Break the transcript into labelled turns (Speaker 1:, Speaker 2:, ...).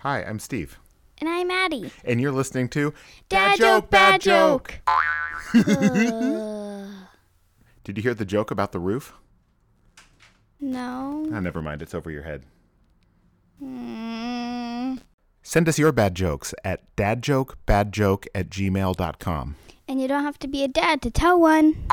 Speaker 1: Hi, I'm Steve,
Speaker 2: And I'm Addie.
Speaker 1: and you're listening to
Speaker 2: Dad joke, bad joke.
Speaker 1: Did you hear the joke about the roof?
Speaker 2: No.
Speaker 1: Ah, never mind. It's over your head.
Speaker 2: Mm.
Speaker 1: Send us your bad jokes at dadjokebadjoke at gmail.com.
Speaker 2: And you don't have to be a dad to tell one.